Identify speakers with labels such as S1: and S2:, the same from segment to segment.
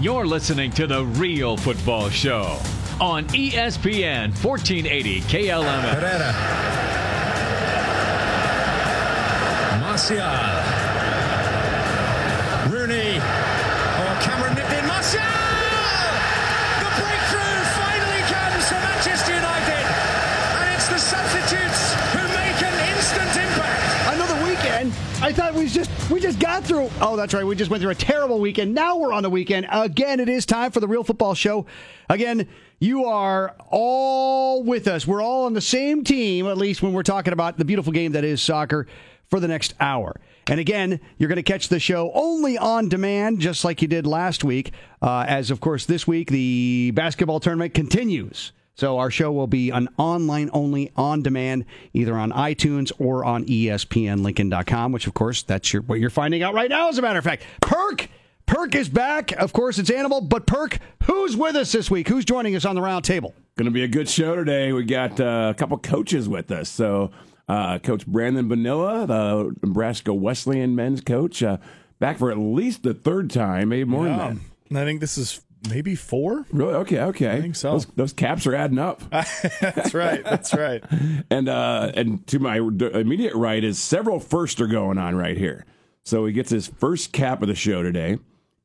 S1: You're listening to The Real Football Show on E ESPN 1480 KLMS.
S2: Herrera. Martial. Rooney. Oh, Cameron nipped in. Martial! The breakthrough finally comes for Manchester United. And it's the substitutes who make an instant impact.
S3: another weekend. I thought we just we just got through. Oh, that's right. We just went through a terrible weekend. Now we're on the weekend again. It is time for the Real Football Show. Again, you are all with us. We're all on the same team, at least when we're talking about the beautiful game that is soccer for the next hour. And again, you're going to catch the show only on demand, just like you did last week. Uh, as of course, this week the basketball tournament continues. So our show will be an online only on demand, either on iTunes or on E ESPNLincoln.com, which of course that's your what you're finding out right now, as a matter of fact. Perk! Perk is back. Of course it's animal, but Perk, who's with us this week? Who's joining us on the round table?
S4: Going to be a good show today. We got uh, a couple coaches with us. So, uh, Coach Brandon Vanilla, the Nebraska Wesleyan men's coach, uh, back for at least the third time, maybe more than that.
S5: And I think this is maybe four.
S4: Really? Okay, okay. I
S5: think so.
S4: Those, those caps are adding up.
S5: That's right. That's right.
S4: and uh, and to my d- immediate right is several firsts are going on right here. So he gets his first cap of the show today.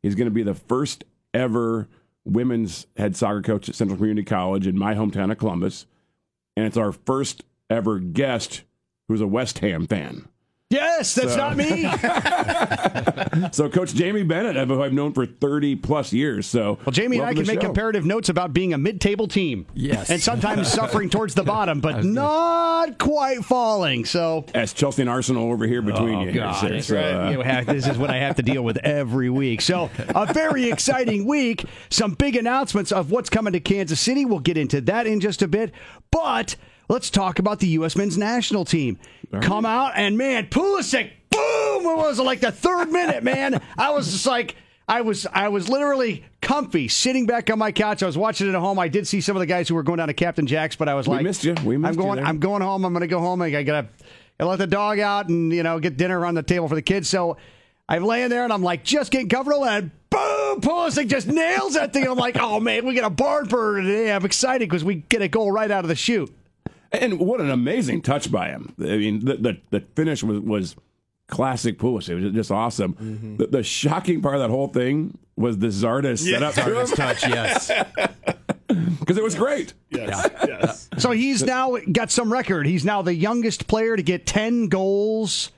S4: He's going to be the first ever women's head soccer coach at Central Community College in my hometown of Columbus, and it's our first ever guest who's a West Ham fan.
S3: Yes, that's not me.
S4: So Coach Jamie Bennett, who I've known for thirty plus years. So
S3: Well, Jamie and I
S4: welcome
S3: can
S4: to the
S3: make
S4: show.
S3: comparative notes about being a mid-table team.
S6: Yes.
S3: And sometimes suffering towards the bottom, but not quite falling. So
S4: As Chelsea and Arsenal over here between you. here, sir.
S6: Oh, that's
S4: So, uh,
S3: Oh, You have- this is what I have to deal with every week. So, a very exciting week. Some big announcements of what's coming to Kansas City. We'll get into that in just a bit. But let's talk about the U.S. men's national team. Come out and, man, Pulisic, boom! It was like the third minute, man. I was just like, I was I was literally comfy sitting back on my couch. I was watching it at home. I did see some of the guys who were going down to Captain Jack's, but I was
S4: We
S3: like,
S4: missed you. We missed
S3: I'm
S4: you
S3: going.
S4: there.
S3: I'm going home. I'm going to go home. I got to let the dog out and you know get dinner on the table for the kids. So I'm laying there and I'm like just getting comfortable and boom, Pulisic just nails that thing. And I'm like, oh man, we get a barn burner today. I'm excited because we get a goal right out of the shoot.
S4: And what an amazing touch by him! I mean, the the, the finish was was classic Pulisic. It was just awesome.
S6: Mm-hmm.
S4: The, the shocking part of that whole thing was the Zardes setup to him
S6: touch, yes.
S4: because it was great.
S5: Yes. Yes.
S3: So he's now got some record. He's now the youngest player to get ten goals.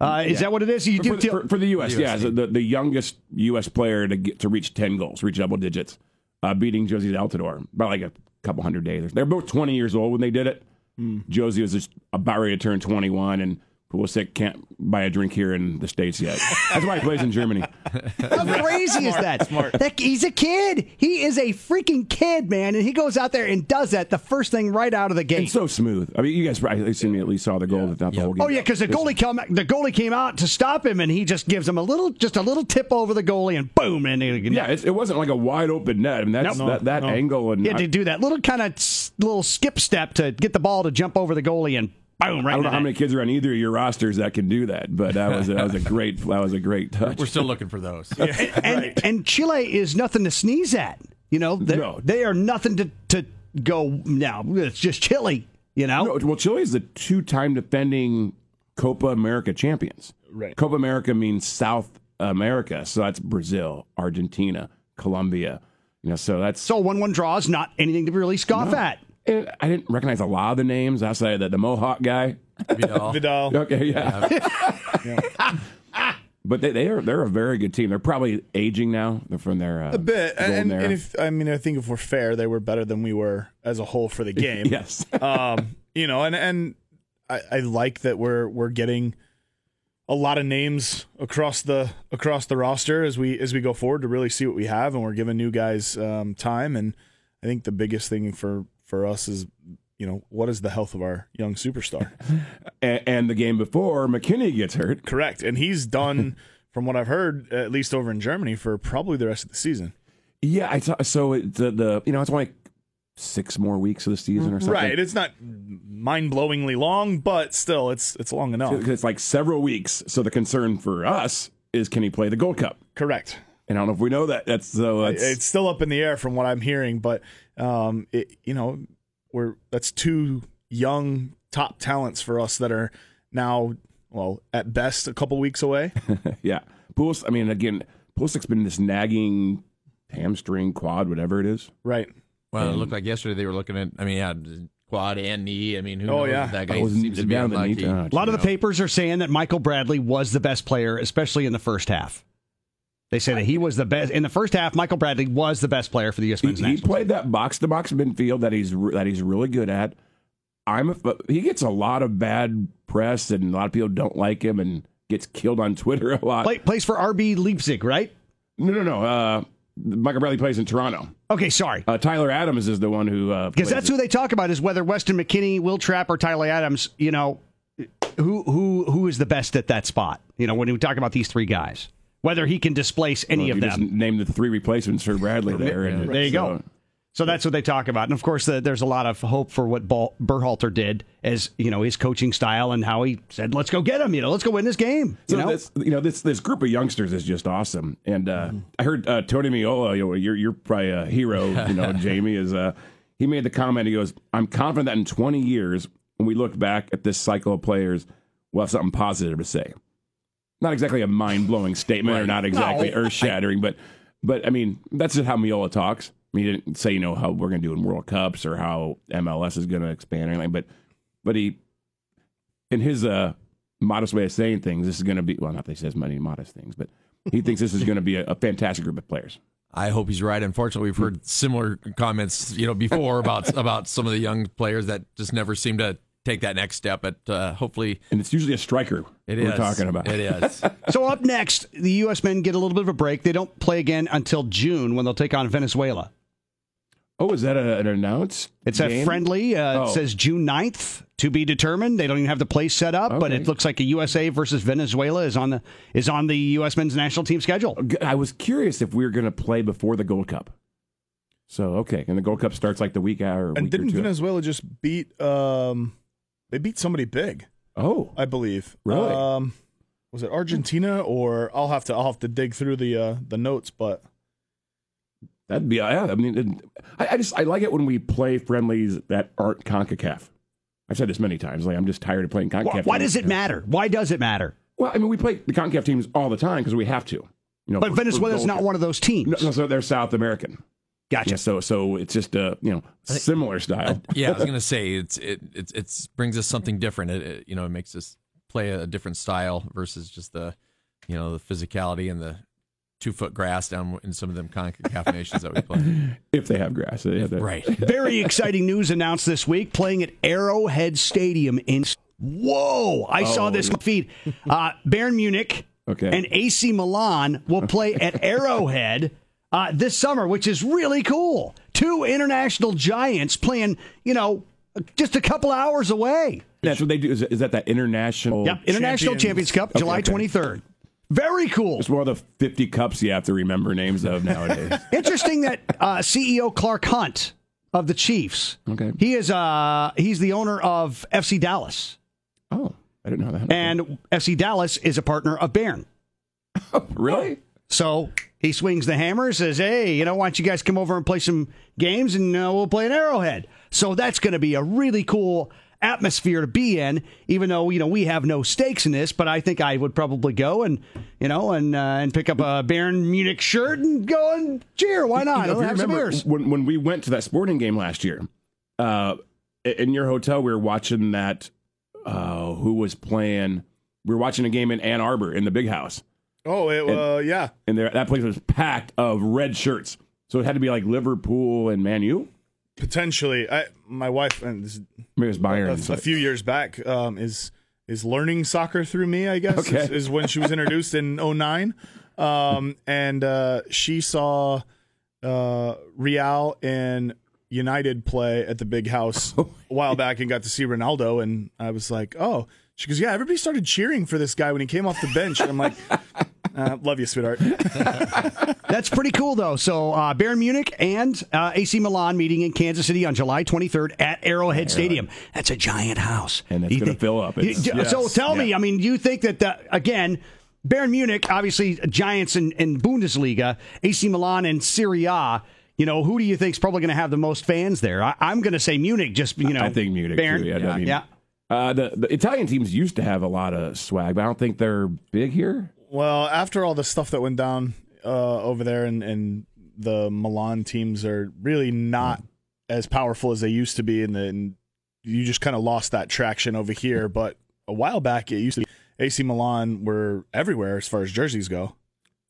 S3: Uh, Is that what it is? You
S4: For,
S3: do.
S4: the- for, for the U.S., yeah, so the, the youngest U.S. player to get to reach ten goals, reach double digits, uh, beating Josie Altador by like a couple hundred days. They're both twenty years old when they did it.
S3: Hmm.
S4: Josie was just about ready to turn twenty-one, and Pulisic can't buy a drink here in the states yet. That's why he plays in Germany.
S3: How crazy is that? that? He's a kid. He is a freaking kid, man, and he goes out there and does that the first thing right out of the gate.
S4: It's so smooth. I mean, you guys probably assume you at least saw the goal, if not the whole game.
S3: Oh yeah, because the goalie come, the goalie came out to stop him, and he just gives him a little, just a little tip over the goalie, and boom, and he,
S4: yeah. It's, it wasn't like a wide open net. I mean, that's
S3: Nope.
S4: that, that
S5: No.
S4: angle and
S3: yeah,
S4: I,
S3: to do that little kind of little skip step to get the ball to jump over the goalie, and boom, right.
S4: I don't know
S3: into
S4: how
S3: that.
S4: many kids are on either of your rosters that can do that, but that was that was a great that was a great touch.
S6: We're still looking for those.
S3: and and Chile is nothing to sneeze at. You know, They're-
S4: No.
S3: they are nothing to to go now. It's just Chile. You know,
S4: No, well, Chile is the two-time defending Copa America champions.
S5: Right.
S4: Copa America means South America, so that's Brazil, Argentina, Colombia. You know, so that's
S3: so one one draw is not anything to really scoff at.
S4: And I didn't recognize a lot of the names outside of that the Mohawk guy.
S6: Vidal.
S5: Vidal.
S4: Okay, yeah. but they, they are they're a very good team. They're probably aging now. They're from their uh,
S5: A bit.
S4: golden
S5: And,
S4: era.
S5: and if I mean, I think if we're fair, they were better than we were as a whole for the game.
S4: yes,
S5: um, you know, and and I, I like that we're we're getting a lot of names across the across the roster as we as we go forward to really see what we have, and we're giving new guys um, time. And I think the biggest thing for for us is you know what is the health of our young superstar?
S4: and, and the game before McKinney gets hurt.
S5: Correct, and he's done from what I've heard, at least over in Germany, for probably the rest of the season.
S4: Yeah, I saw. So it, the the you know it's only like six more weeks of the season or something.
S5: Right, it's not mind blowingly long, but still, it's it's long enough.
S4: It's like several weeks. So the concern for us is can he play the Gold Cup?
S5: Correct.
S4: And I don't know if we know that. That's so. That's,
S5: it's still up in the air from what I'm hearing, but um, it, you know, we're that's two young top talents for us that are now, well, at best a couple weeks away.
S4: yeah. Pulis. I mean, again, Pulisic's been this nagging hamstring, quad, whatever it is.
S5: right.
S6: Well, it looked like yesterday they were looking at. I mean, yeah, quad and knee. I mean, who
S5: Oh,
S6: knows?
S5: yeah.
S6: if That guy
S4: Oh,
S6: seems to be
S4: down the knee.
S6: unlucky.
S4: Oh,
S3: A lot of the
S4: you know.
S3: papers are saying that Michael Bradley was the best player, especially in the first half. They say that he was the best in the first half. Michael Bradley was the best player for the U.S.
S4: He,
S3: men's
S4: he
S3: national.
S4: played that box to box midfield that he's re- that he's really good at. I'm a, but he gets a lot of bad press and a lot of people don't like him and gets killed on Twitter a lot.
S3: Play, plays for RB Leipzig, right?
S4: No, no, no. Uh, Michael Bradley plays in Toronto.
S3: Okay, sorry.
S4: Uh, Tyler Adams is the one who uh,
S3: Because
S4: plays
S3: that's
S4: it.
S3: who they talk about is whether Weston McKinney, Will Trapp, or Tyler Adams. You know, who who who is the best at that spot? You know, when we talk about these three guys, whether he can displace any
S4: Well,
S3: of
S4: you
S3: them.
S4: just named the three replacements for Bradley there. and uh,
S3: There you go.
S4: so-
S3: So that's what they talk about, and of course, the, there's a lot of hope for what Ball, Berhalter did, as you know, his coaching style and how he said, "Let's go get him," you know, "Let's go win this game." You
S4: So
S3: know,
S4: this, you know, this this group of youngsters is just awesome. And uh,
S3: Mm-hmm.
S4: I heard uh, Tony Miola, you know, you're you're probably a hero. You know, Jamie is. Uh, he made the comment. He goes, "I'm confident that in 20 years, when we look back at this cycle of players, we'll have something positive to say." Not exactly a mind blowing statement, or not exactly earth shattering, but but I mean, that's just how Miola talks. I mean, he didn't say you know how we're going to do in World Cups or how MLS is going to expand or anything, but but he in his uh, modest way of saying things, this is going to be well, not that he says many modest things, but he thinks this is going to be a, a fantastic group of players.
S6: I hope he's right. Unfortunately, we've heard similar comments, you know, before about about some of the young players that just never seem to take that next step. But uh, hopefully,
S4: And it's usually a striker
S6: it
S4: we're
S6: is.
S4: talking about.
S6: It is.
S3: so up next, the U.S. men get a little bit of a break. They don't play again until June when they'll take on Venezuela.
S4: Oh, is that a, an announced?
S3: It's a
S4: game?
S3: friendly. Uh, It
S4: Oh.
S3: says June 9th to be determined. They don't even have the place set up, but
S4: Okay.
S3: it looks like a USA versus Venezuela is on the is on the U.S. men's national team schedule.
S4: G- I was curious if we were going to play before the Gold Cup. So okay, and the Gold Cup starts like the week hour.
S5: And
S4: week or
S5: didn't
S4: two.
S5: Venezuela just beat? Um, they beat somebody big,
S4: oh,
S5: I believe.
S4: Really?
S5: Um, was it Argentina or I'll have to I'll have to dig through the uh, the notes, but
S4: that'd be yeah. I mean, it- I, I just I like it when we play friendlies that aren't Concacaf. I've said this many times. Like I'm just tired of playing Concacaf.
S3: Why, why
S4: teams.
S3: does it matter? Why does it matter?
S4: Well, I mean, we play the Concacaf teams all the time because we have to. You know,
S3: But
S4: for- for
S3: Venezuela's
S4: Gold
S3: not
S4: Cup.
S3: one of those teams.
S4: No, no, so they're South American.
S3: Gotcha.
S4: Yeah, so so it's just a you know similar style.
S6: yeah, I was gonna say it's it it it's brings us something different. It, it you know it makes us play a different style versus just the you know the physicality and the two foot grass down in some of them Concacaf nations that we play.
S4: if they have grass, they have that.
S6: Right.
S3: Very exciting news announced this week. Playing at Arrowhead Stadium in. Whoa! I saw this feed. Uh, Bayern Munich
S4: Oh. Okay.
S3: and AC Milan will play at Arrowhead uh, this summer, which is really cool. Two international giants playing, you know, just a couple hours away.
S4: That's what they do. Is, is that that international?
S3: Yep, International
S5: Champions.
S3: Champions, Cup, July
S4: okay.
S3: 23rd. Very cool.
S4: It's one of the fifty cups you have to remember names of nowadays.
S3: Interesting that uh, CEO Clark Hunt of the Chiefs.
S4: Okay.
S3: He is uh he's the owner of FC Dallas.
S4: oh, I didn't know that.
S3: And FC Dallas is a partner of Bayern.
S4: really?
S3: So he swings the hammer and says, Hey, you know, why don't you guys come over and play some games and uh, we'll play an arrowhead? So that's going to be a really cool atmosphere to be in, even though, you know, we have no stakes in this. But I think I would probably go and, you know, and uh, and pick up a Bayern Munich shirt and go and cheer. Why not?
S4: You know, if you
S3: Let's have some
S4: remember,
S3: beers.
S4: when when we went to that sporting game last year, uh, in your hotel, we were watching that. Uh, who was playing? We were watching a game in Ann Arbor in the big house.
S5: oh, it uh, yeah,
S4: and there that place was packed of red shirts. So it had to be like Liverpool and Man U.
S5: potentially. I my wife and this,
S4: Maybe it was Bayern.
S5: a, a few years back um, is is learning soccer through me i guess
S4: Okay.
S5: is, is when she was introduced in 09 um, and uh, she saw uh, real and united play at the big house a while back and got to see ronaldo and i was like oh she goes yeah everybody started cheering for this guy when he came off the bench and i'm like uh, love you sweetheart
S3: That's pretty cool, though. So, uh, Bayern Munich and uh, AC Milan meeting in Kansas City on July 23rd at Arrowhead Stadium. That's a giant house.
S4: And that's
S3: You
S4: gonna
S3: think-
S4: fill up.
S3: You-
S4: It's-
S3: So,
S5: Yes.
S3: tell me, I mean, you think that, uh, again, Bayern Munich, obviously Giants in, in Bundesliga, AC Milan and Serie A. You know, who do you think's probably going to have the most fans there? I, I'm going to say Munich. Just you know,
S4: I think Munich.
S3: Bayern.
S4: Too. Yeah, I mean,
S3: yeah.
S4: Uh, the, the Italian teams used to have a lot of swag, but I don't think they're big here.
S5: Well, after all the stuff that went down uh, over there, and, and the Milan teams are really not as powerful as they used to be, and then you just kind of lost that traction over here. But a while back, it used to be AC Milan were everywhere as far as jerseys go.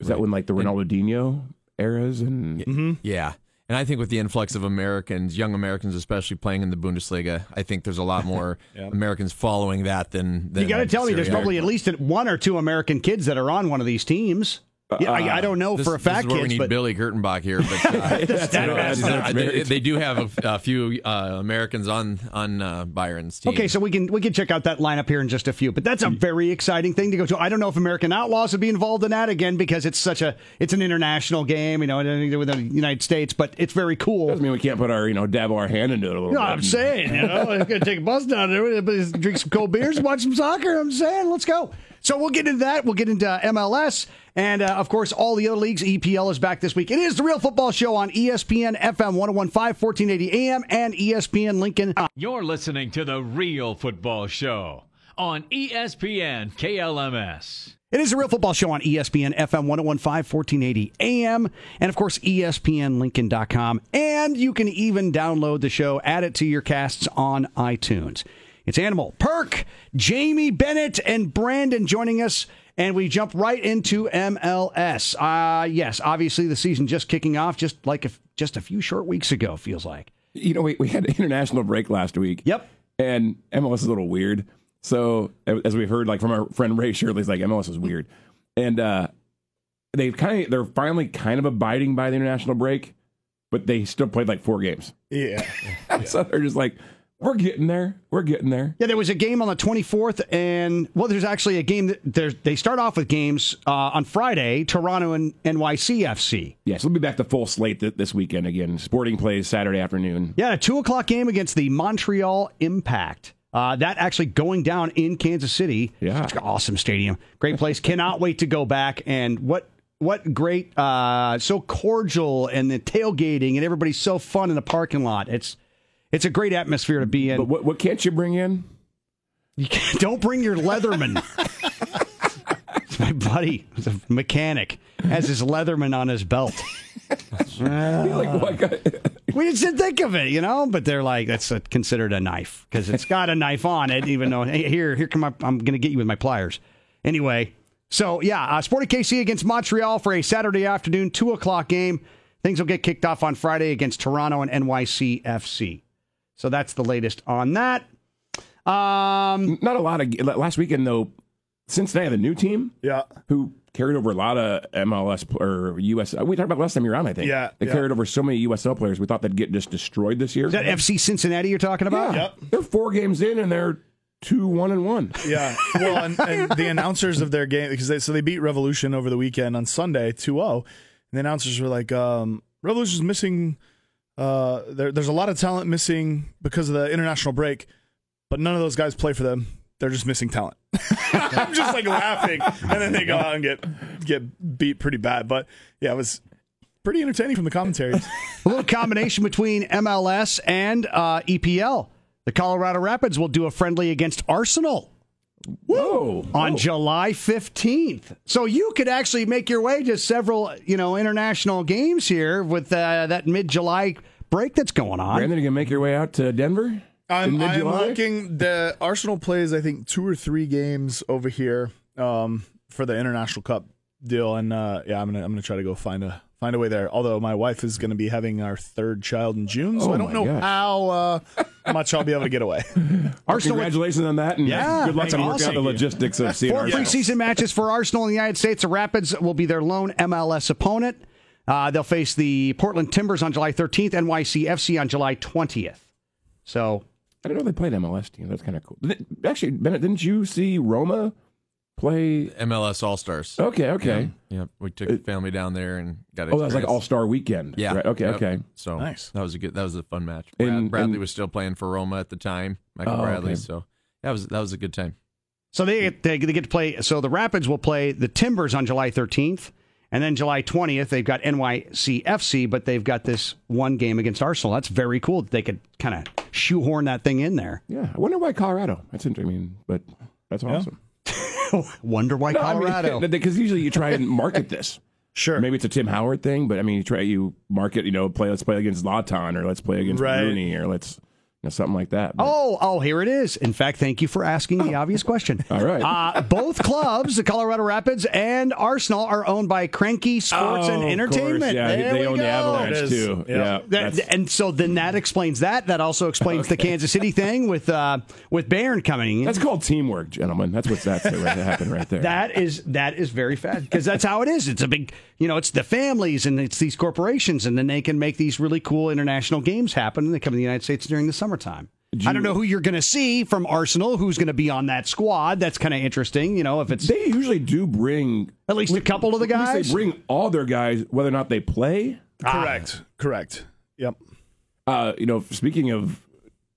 S4: Is that when like the Ronaldinho eras and
S6: Yeah. And I think with the influx of Americans, young Americans especially playing in the Bundesliga, I think there's a lot more Americans following that than, than
S3: You got to tell me there's
S6: Serie A.
S3: probably at least one or two American kids that are on one of these teams.
S4: Uh,
S3: Yeah, I, I don't know
S6: This-
S3: for a fact,
S6: This is where we
S3: kids,
S6: need
S3: but
S6: Billy Gertenbach here, but uh, you know,
S4: that's-
S6: I-
S4: that's
S6: they-
S4: very-
S6: they do have a, a few uh, Americans on on uh, Byron's team.
S3: okay, so we can we can check out that lineup here in just a few. But that's a very exciting thing to go to. I don't know if American Outlaws would be involved in that again because it's such a it's an international game, you know, and anything to do with the United States, but it's very cool.
S4: Doesn't mean we can't put our you know dab our hand into it a little.
S3: You know
S4: bit.
S3: what I'm saying? You know, I'm gonna take a bus down there, but drink some cold beers, watch some soccer. I'm saying, let's go. So we'll get into that. We'll get into MLS, and uh, of course, all the other leagues. EPL is back this week. It is the Real Football Show on E ESPN FM 101.5, 1480 AM, and E ESPN Lincoln.
S1: You're listening to The Real Football Show on E ESPN KLMS.
S3: It is a real football show on E ESPN FM 1015 1480 AM and of course E ESPNLincoln.com. And you can even download the show, add it to your casts on iTunes. It's Animal Perk, Jamie Bennett, and Brandon joining us. And we jump right into MLS. Uh, yes, obviously the season just kicking off, just like a, just a few short weeks ago, feels like.
S4: You know, we, we had an international break last week.
S3: Yep.
S4: And MLS is a little weird. So as we've heard, like from our friend Ray Shirley's, like MLS is weird, and uh, they've kind of they're finally kind of abiding by the international break, but they still played like four games.
S5: Yeah,
S4: so they're just like, we're getting there, we're getting there.
S3: Yeah, there was a game on the 24th, and well, there's actually a game that there's, they start off with games uh, on Friday, Toronto and NYCFC.
S4: Yeah, so we'll be back to full slate th- this weekend again. Sporting plays Saturday afternoon.
S3: Yeah, a two o'clock game against the Montreal Impact. Uh, that actually going down in Kansas City.
S4: Yeah.
S3: Such an awesome stadium, great place. Cannot wait to go back. And what what great, uh, so cordial, and the tailgating, and everybody's so fun in the parking lot. It's it's a great atmosphere to be in.
S4: But what what can't you bring in?
S3: You can't, don't bring your Leatherman. It's My buddy, who's a mechanic, has his Leatherman on his belt.
S4: like what?
S3: We just didn't think of it, you know. But they're like, that's a, considered a knife because it's got a knife on it. Even though hey, here, here come up, I'm going to get you with my pliers. Anyway, so yeah, uh, Sporting KC against Montreal for a Saturday afternoon two o'clock game. Things will get kicked off on Friday against Toronto and NYCFC. So that's the latest on that. Um,
S4: Not a lot of last weekend though. Cincinnati, the new team,
S5: yeah.
S4: who carried over a lot of MLS pl- or US. We talked about last time you were on, I think.
S5: Yeah,
S4: they
S5: yeah.
S4: carried over so many USL players. We thought they'd get just destroyed this year.
S3: Is that FC Cincinnati you're talking about?
S4: yeah, they're four games in and they're two one and one.
S5: Yeah. Well, and, and the announcers of their game because they so they beat Revolution over the weekend on Sunday 2-0. And the announcers were like, um, "Revolution's missing. Uh, there, there's a lot of talent missing because of the international break, but none of those guys play for them. They're just missing talent." I'm just like laughing, and then they go out and get get beat pretty bad. But yeah, it was pretty entertaining from the commentaries.
S3: A little combination between MLS and uh, EPL. The Colorado Rapids will do a friendly against Arsenal
S4: Whoa!
S3: on July 15th. So you could actually make your way to several, you know, international games here with uh, that mid-July break that's going on.
S4: Brandon, you gonna make your way out to Denver?
S5: I'm,
S4: In
S5: I'm
S4: mid-July?
S5: looking. The Arsenal plays, I think, two or three games over here um, for the international cup deal, and uh, yeah, I'm gonna I'm gonna try to go find a find a way there. Although my wife is gonna be having our third child in June, so
S4: Oh
S5: I don't
S4: my
S5: know
S4: gosh.
S5: how uh, much I'll be able to get away.
S3: Arsenal with
S4: Congratulations on that, and
S3: Yeah,
S4: good luck
S3: that's
S4: to work
S3: awesome.
S4: out the logistics of seeing
S3: Four
S4: ourselves.
S3: preseason matches for Arsenal in the United States. The Rapids will be their lone MLS opponent. Uh, they'll face the Portland Timbers on July 13th, NYCFC on July 20th. So
S4: I didn't know they played MLS team. That's kind of cool. Th- Actually, Bennett, didn't you see Roma play?
S6: MLS All Stars.
S4: Okay, okay.
S6: Yeah, we took the family down there and got.
S4: Oh, that was like
S6: experience.
S4: All Star Weekend.
S6: Yeah.
S4: Right, Okay.
S6: yep.
S4: Okay.
S6: So
S5: Nice.
S6: That was a good. That was a fun match. Brad,
S4: And-
S6: Bradley
S4: and-
S6: was still playing for Roma at the time. Michael
S4: Oh,
S6: Bradley.
S4: okay.
S6: So that was that was a good time.
S3: So they get, they get to play. So the Rapids will play the Timbers on July 13th, and then July 20th they've got NYCFC, but they've got this one game against Arsenal. That's very cool. that They could kind of shoehorn that thing in there.
S4: Yeah, I wonder why Colorado. That's interesting. I mean, but that's awesome.
S3: Wonder why
S4: No, I mean,
S3: Colorado?
S4: because usually you try and market this.
S5: Sure.
S4: Maybe it's a Tim Howard thing, but I mean, you try you market. You know, play. Let's play against Lawton, or let's play against
S5: Right.
S4: Rooney, or let's you know, something like that. But-
S3: Oh, oh, here it is. In fact, thank you for asking the obvious question.
S4: All right.
S3: Uh, both clubs, the Colorado Rapids and Arsenal, are owned by Cranky Sports and
S4: Oh, of
S3: Entertainment.
S4: course. Yeah,
S3: There
S4: they
S3: we
S4: own
S3: go.
S4: the
S5: It
S4: Avalanche
S5: is.
S4: too.
S5: Yeah.
S4: Yeah,
S3: That-
S4: that's-
S3: and so then that explains that. That also explains the Kansas City thing with uh, with Bayern coming in.
S4: That's called teamwork, gentlemen. That's what that's that happened right there.
S3: That is that is very fast because that's how it is. It's a big, you know, it's the families and it's these corporations, and then they can make these really cool international games happen. And they come to the United States during the summertime. I don't know who you're going to see from Arsenal, who's going to be on that squad. That's kind of interesting, you know. If it's
S4: they usually do bring
S3: At least a couple of the
S4: at least
S3: guys?
S4: They bring all their guys, whether or not they play.
S5: Correct. Correct. Yep.
S4: Uh, you know, speaking of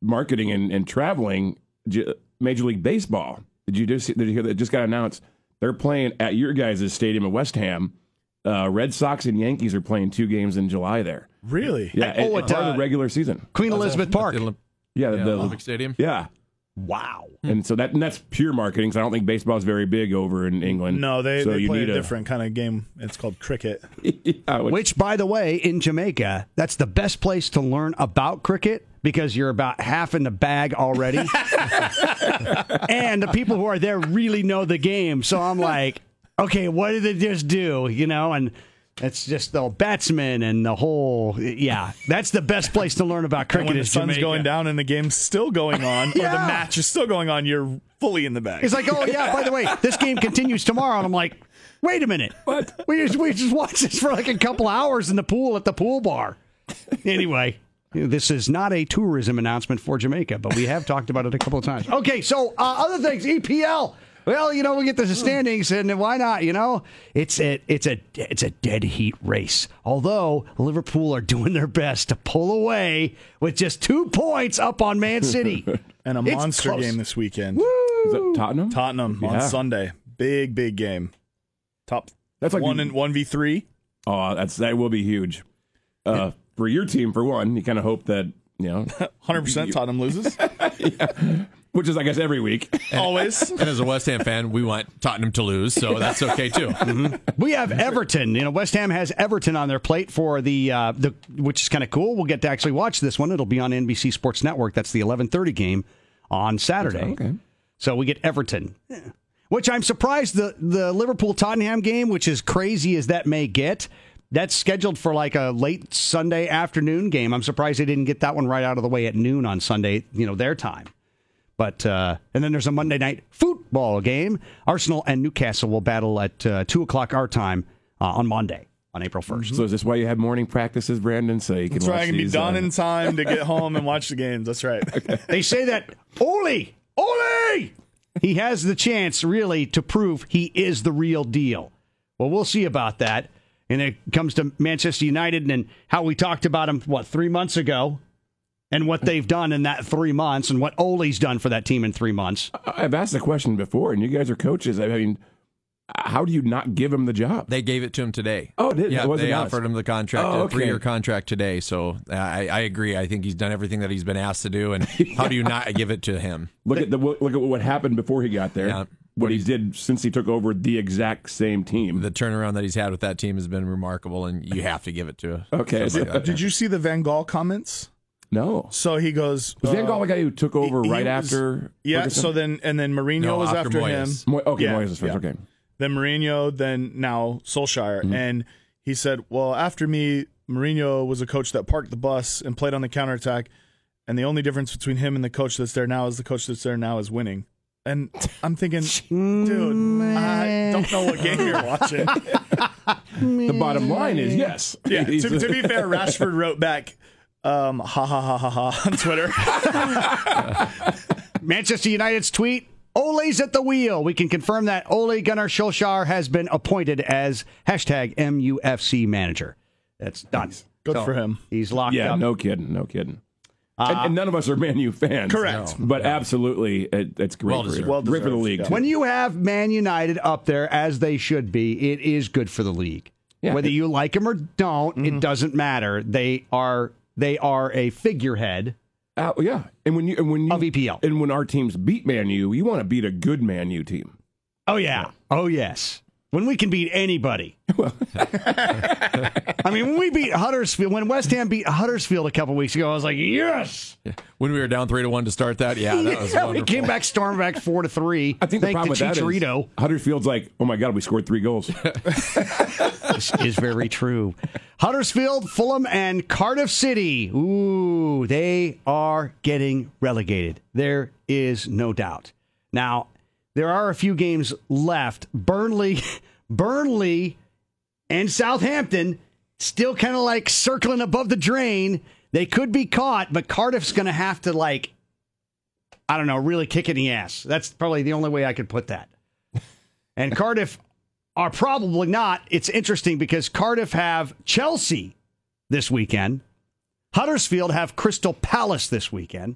S4: marketing and, and traveling, J- Major League Baseball. Did you just did you hear that? It Just got announced. They're playing at your guys' stadium in West Ham. Uh, Red Sox and Yankees are playing two games in July there.
S5: Really?
S4: Yeah,
S3: Oh,
S4: oh,
S3: at,
S4: it's part of
S3: uh,
S4: the regular season.
S3: Queen Elizabeth Park,
S6: The Olymp-
S4: Yeah,
S6: yeah,
S4: the
S6: Olympic Stadium. Hmm.
S4: yeah.
S3: wow,
S4: And so that and that's pure marketing. 'cause I don't think baseball is very big over in England.
S5: No, they,
S4: so
S5: they
S4: you
S5: play a
S4: need
S5: different kind of game. It's called cricket.
S4: Yeah, which-
S3: which by the way, in Jamaica, that's the best place to learn about cricket because you're about half in the bag already, and the people who are there really know the game. So I'm like, okay, what did they just do? You know, and. It's just the batsman and the whole, yeah. That's the best place to learn about
S5: And
S3: cricket.
S5: when the
S3: is
S5: sun's
S3: Jamaica.
S5: going down and the game's still going on, or the
S3: Yeah.
S5: match is still going on, you're fully in the bag.
S3: He's like, oh yeah. By the way, this game continues tomorrow, and I'm like, wait a minute. What? We just we just watched this for like a couple hours in the pool at the pool bar. Anyway, this is not a tourism announcement for Jamaica, but we have talked about it a couple of times. Okay, so uh, other things, EPL. Well, you know, we get the standings, and why not? You know, it's a it's a it's a dead heat race. Although Liverpool are doing their best to pull away with just two points up on Man City.
S5: and a
S3: It's
S5: monster
S3: close.
S5: game this weekend.
S4: is that Tottenham?
S5: Tottenham on
S4: Yeah.
S5: Sunday. Big, big game. Top
S4: That's like
S5: one
S4: the-
S5: and one v three.
S4: Oh, that's that will be huge uh, for your team. For one, you kind of hope that you know,
S5: Hundred percent Tottenham loses.
S4: which is I guess every week.
S5: Always.
S6: And as a West Ham fan, we want Tottenham to lose, so that's okay too.
S3: We have Everton. You know, West Ham has Everton on their plate for the uh, the, which is kind of cool. We'll get to actually watch this one. It'll be on NBC Sports Network. That's the 11:30 game on Saturday.
S4: Okay.
S3: So we get Everton, Eh. which I'm surprised the the Liverpool Tottenham game, which is crazy as that may get, that's scheduled for like a late Sunday afternoon game. I'm surprised they didn't get that one right out of the way at noon on Sunday. You know, their time. But uh, and then there's a Monday night football game. Arsenal and Newcastle will battle at uh, two o'clock our time uh, on Monday, on April first.
S4: so is this why you have morning practices, Brandon? So you can
S5: That's right.
S4: watch
S5: I can be
S4: these,
S5: done
S4: uh,
S5: in time to get home and watch the games. That's right.
S3: They say that Ole, Ole, he has the chance really to prove he is the real deal. Well, we'll see about that. And it comes to Manchester United and how we talked about him what three months ago, and what they've done in that three months, and what Ole's done for that team in three months.
S4: I- I've asked the question before, and you guys are coaches. I mean, how do you not give him the job?
S6: They gave it to him today.
S4: Oh, it did?
S6: Yeah,
S4: It wasn't
S6: they
S4: announced.
S6: offered him the contract,
S4: Oh,
S6: a
S4: okay.
S6: three-year contract today. So uh, I, I agree. I think he's done everything that he's been asked to do. And how do you not give it to him?
S4: Look at the look at what happened before he got there.
S6: Yeah.
S4: What he did since he took over the exact same team.
S6: The turnaround that he's had with that team has been remarkable, and you have to give it to him.
S4: okay, so-
S5: Did you see the Van Gaal comments?
S4: no.
S5: So he goes.
S4: Was Van
S5: uh,
S4: Gaal the guy who took over
S5: he- he
S4: right
S5: was-
S4: after?
S5: Yeah.
S4: Ferguson?
S5: So then, and then Mourinho
S6: No,
S5: was
S6: after
S5: after, him.
S6: Moyes.
S4: Mo- okay,
S5: Yeah,
S4: Moyes is first.
S5: yeah.
S4: Okay,
S5: Then Mourinho. Then now Solskjaer. And he said, "Well, after me, Mourinho was a coach that parked the bus and played on the counterattack. And the only difference between him and the coach that's there now is the coach that's there now is winning." And I'm thinking, dude, I don't know what game you're watching.
S4: the bottom line is yes.
S5: Yeah.
S4: He's-
S5: To, to be fair, Rashford wrote back, um, "Ha ha ha ha ha" on Twitter.
S3: Manchester United's tweet. Ole's at the wheel. We can confirm that Ole Gunnar Solskjaer has been appointed as hashtag MUFC manager. That's done.
S5: Good for him.
S3: He's locked
S4: yeah,
S3: up.
S4: no kidding, no kidding. and, and none of us are Man U fans.
S5: Correct.
S4: But absolutely, it, it's great.
S6: Well
S4: for,
S6: deserved.
S4: great for the league.
S3: When you have Man United up there as they should be, it is good for the league. Whether you like them or don't,
S4: Mm-hmm.
S3: it doesn't matter. They are they are a figurehead.
S4: Uh, yeah, and when you and when you
S3: Of EPL.
S4: and when our teams beat Man U, you want to beat a good Man U team.
S3: Oh yeah. Oh yes. When we can beat anybody. I mean, when we beat Huddersfield, when West Ham beat Huddersfield a couple weeks ago, I was like, yes.
S6: When we were down three to one to start that, yeah, that was
S3: Yeah, we
S6: wonderful.
S3: came back, storm back four to three.
S4: I think the
S3: Thank
S4: problem with
S3: to
S4: that
S3: Chicharito.
S4: is Huddersfield's like, oh my god, we scored three goals.
S3: This is very true. Huddersfield, Fulham, and Cardiff City. Ooh, they are getting relegated. There is no doubt. Now, there are a few games left. Burnley, Burnley, and Southampton still kind of like circling above the drain. They could be caught, but Cardiff's going to have to like, I don't know, really kick in the ass. That's probably the only way I could put that. And Cardiff are probably not. It's interesting because Cardiff have Chelsea this weekend. Huddersfield have Crystal Palace this weekend.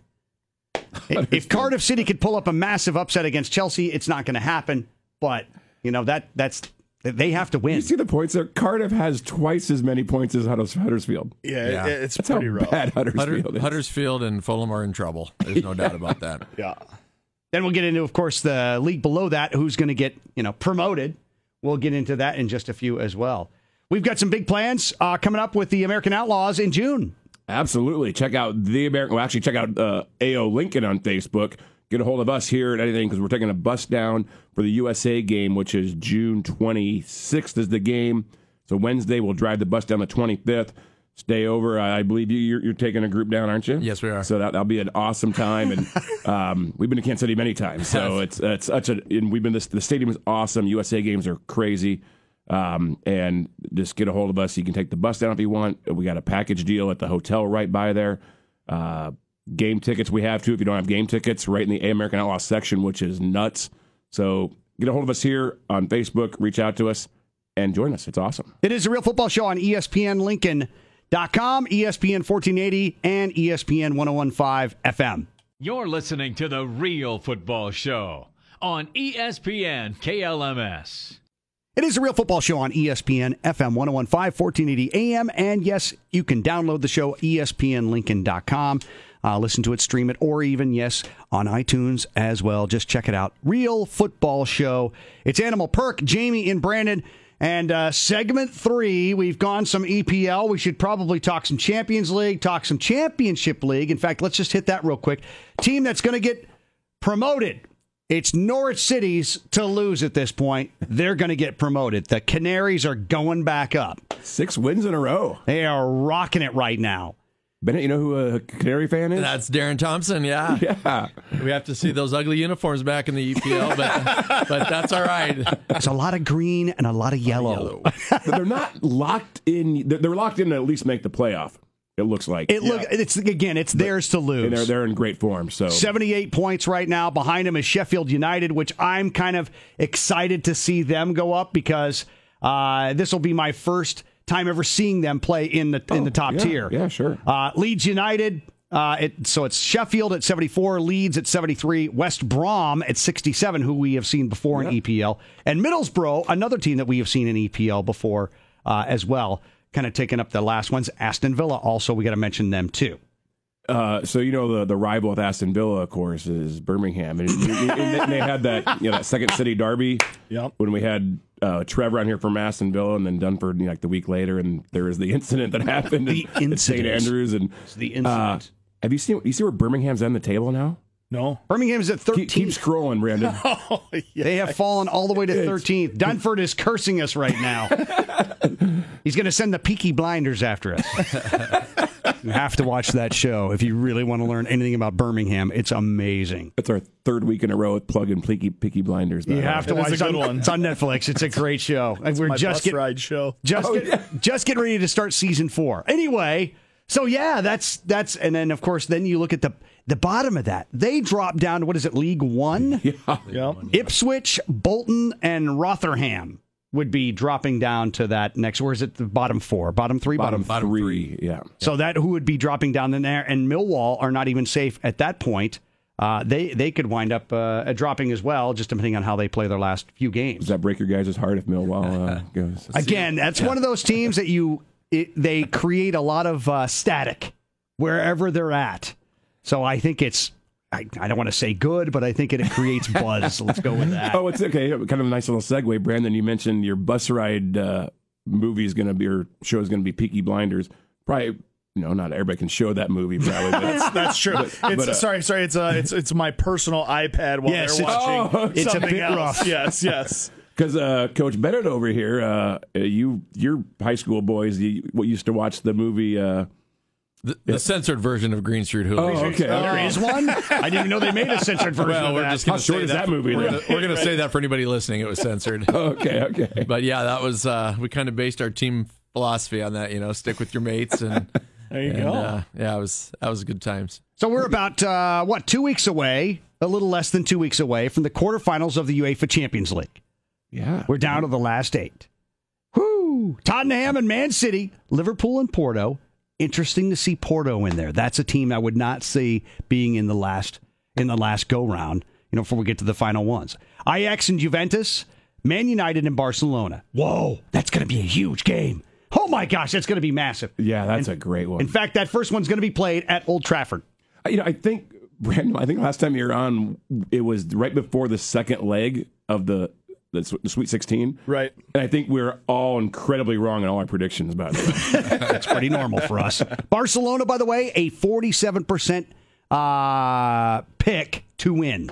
S3: if Cardiff City could pull up a massive upset against Chelsea, it's not going to happen. But you know that that's they have to
S4: you
S3: win.
S4: see the points there? Cardiff has twice as many points as Hudders- Huddersfield.
S5: Yeah, it-
S6: Yeah.
S5: it- it's
S4: That's how
S5: pretty rough.
S4: bad Huddersfield
S6: Hutter-
S4: is.
S6: Huddersfield and Fulham are in trouble. There's no doubt about that.
S5: Yeah.
S3: Then we'll get into, of course, the league below that, who's going to get you know promoted. We'll get into that in just a few as well. We've got some big plans uh, coming up with the American Outlaws in June.
S4: Absolutely. Check out the American. Well, actually, check out uh, AO Lincoln on Facebook. Get a hold of us here at anything because we're taking a bus down for the USA game, which is June 26th is the game. So Wednesday we'll drive the bus down the 25th. Stay over. I I believe you, you're, you're taking a group down, aren't you?
S6: Yes, we are.
S4: So that, that'll be an awesome time, and um, we've been to Kansas City many times. So it's it's such a. And we've been this, the stadium is awesome. USA games are crazy um, and just get a hold of us. You can take the bus down if you want. We got a package deal at the hotel right by there. Uh, game tickets we have too. If you don't have game tickets, right in the American Outlaw section, which is nuts. So get a hold of us here on Facebook. Reach out to us and join us. It's awesome.
S3: It is a real football show on E ESPN Lincoln.com, ESPN 1480, and E ESPN 1015 FM.
S1: You're listening to The Real Football Show on E ESPN KLMS.
S3: It is a real football show on E ESPN FM 1015, 1480 AM. And yes, you can download the show, E ESPNLincoln.com. Uh, listen to it, stream it, or even, yes, on iTunes as well. Just check it out. Real football show. It's Animal Perk, Jamie and Brandon. And uh, segment three, we've gone some EPL. We should probably talk some Champions League, talk some Championship League. In fact, let's just hit that real quick. Team that's going to get promoted. It's Norwich City's to lose at this point. They're going to get promoted. The Canaries are going back up.
S4: Six wins in a row.
S3: They are rocking it right now.
S4: Bennett, you know who a Canary fan is?
S6: That's Darren Thompson. Yeah.
S4: yeah.
S6: We have to see those ugly uniforms back in the EPL, but but that's all right.
S3: There's a lot of green and a lot of yellow.
S4: they're not locked in. They're, they're locked in to at least make the playoff. It looks like.
S3: It look it's again, it's theirs to
S4: and they're
S3: lose.
S4: they're in great form. So
S3: 78 points right now. Behind them is Sheffield United, which I'm kind of excited to see them go up because uh, this will be my first time ever seeing them play in the in the top
S4: Oh, yeah,
S3: tier.
S4: yeah, sure.
S3: Uh, Leeds United. Uh, it, so it's Sheffield at 74, Leeds at 73, West Brom at 67, who we have seen before in EPL, and Middlesbrough, another team that we have seen in EPL before uh, as well, kind of taking up the last ones. Aston Villa also, we got to mention them too.
S4: Uh, so you know the the rival with Aston Villa, of course, is Birmingham, and, and they- they had that you know that second city derby.
S5: Yep.
S4: When we had uh, Trevor on here from Aston Villa, and then Dunford you know, like the week later, and there was the incident that happened.
S3: The
S4: at- at St
S3: incident.
S4: Andrews, and
S3: the
S4: uh,
S3: incident.
S4: have you seen you see where Birmingham's on the table now?
S5: No.
S3: Birmingham's at 13th.
S4: Keep, keep scrolling, Brandon.
S5: Oh, yeah.
S3: They have fallen all the way to 13th. Dunford is cursing us right now. He's going to send the Peaky Blinders after us. you have to watch that show if you really want to learn anything about Birmingham. It's amazing.
S4: It's our third week in a row with plug and peaky, peaky blinders. by
S3: You
S4: the way.
S3: have to
S5: It is
S3: watch
S5: a
S3: it.
S5: good one.
S3: It's on Netflix. It's a great show. And we're
S5: My
S3: just
S5: bus
S3: getting
S5: ride show.
S3: just
S6: Oh,
S3: get, just getting ready to start season four. Anyway, so yeah, that's that's and then of course then you look at the the bottom of that. They drop down to what is it, League One?
S5: Yeah.
S3: Ipswich, Bolton, and Rotherham. would be dropping down to that next, or is it the bottom four, bottom three, bottom,
S4: Bottom,
S6: Bottom
S4: three. Yeah.
S3: So that who would be dropping down in there, and Millwall are not even safe at that point. Uh, they they could wind up uh, dropping as well, just depending on how they play their last few games.
S4: Does that break your guys' heart if Millwall uh, goes?
S3: Again, that's one of those teams that you it, they create a lot of uh, static wherever they're at. So I think it's I, I don't want to say good, but I think it, it creates buzz. Let's go with that.
S4: Oh, it's okay. Kind of a nice little segue, Brandon. You mentioned your bus ride uh, movie is going to be, or show is going to be Peaky Blinders. Probably, you know, not everybody can show that movie, probably. But
S5: That's true. it's,
S4: but, uh,
S5: sorry, sorry. It's uh, it's it's my personal iPad while
S3: Yes,
S5: they're
S3: it's-
S5: watching.
S4: Oh,
S3: it's a
S5: something
S3: bit
S5: else.
S3: rough.
S5: Yes, yes.
S4: Because uh, Coach Bennett over here, uh, you your high school boys, you what used to watch the movie. Uh,
S6: The, the censored version of Green Street Hooligans.
S4: Oh,
S3: There is one. I didn't even know they made a censored version
S6: Well,
S3: of
S6: we're
S3: that.
S6: just going
S4: How
S6: to
S4: short
S6: say
S4: is that
S6: that
S4: movie,
S6: We're
S4: then? Oh.
S6: gonna- we're going to say that for anybody listening. It was censored.
S4: okay, okay.
S6: But yeah, that was uh, we kind of based our team philosophy on that. You know, stick with your mates, and,
S5: There you
S6: and,
S5: go.
S6: uh, yeah, it was that was good times.
S3: So we're about uh, what two weeks away, a little less than two weeks away from the quarterfinals of the UEFA Champions League.
S4: Yeah.
S3: We're down to the last eight. Whoo! Tottenham and Man City, Liverpool and Porto. Interesting to see Porto in there. That's a team I would not see being in the last in the last go round. You know, before we get to the final ones, Ajax and Juventus, Man United and Barcelona. Whoa, that's going to be a huge game. Oh my gosh, that's going to be massive.
S4: Yeah, that's a great one.
S3: In fact, that first one's going to be played at Old Trafford.
S4: you know, I think Brandon. I think last time you were on, it was right before the second leg of the the, Sw- the Sweet Sixteen,
S5: Right.
S4: And I think we are all incredibly wrong in all our predictions about it.
S3: That's pretty normal for us. Barcelona, by the way, a 47% uh, pick to win.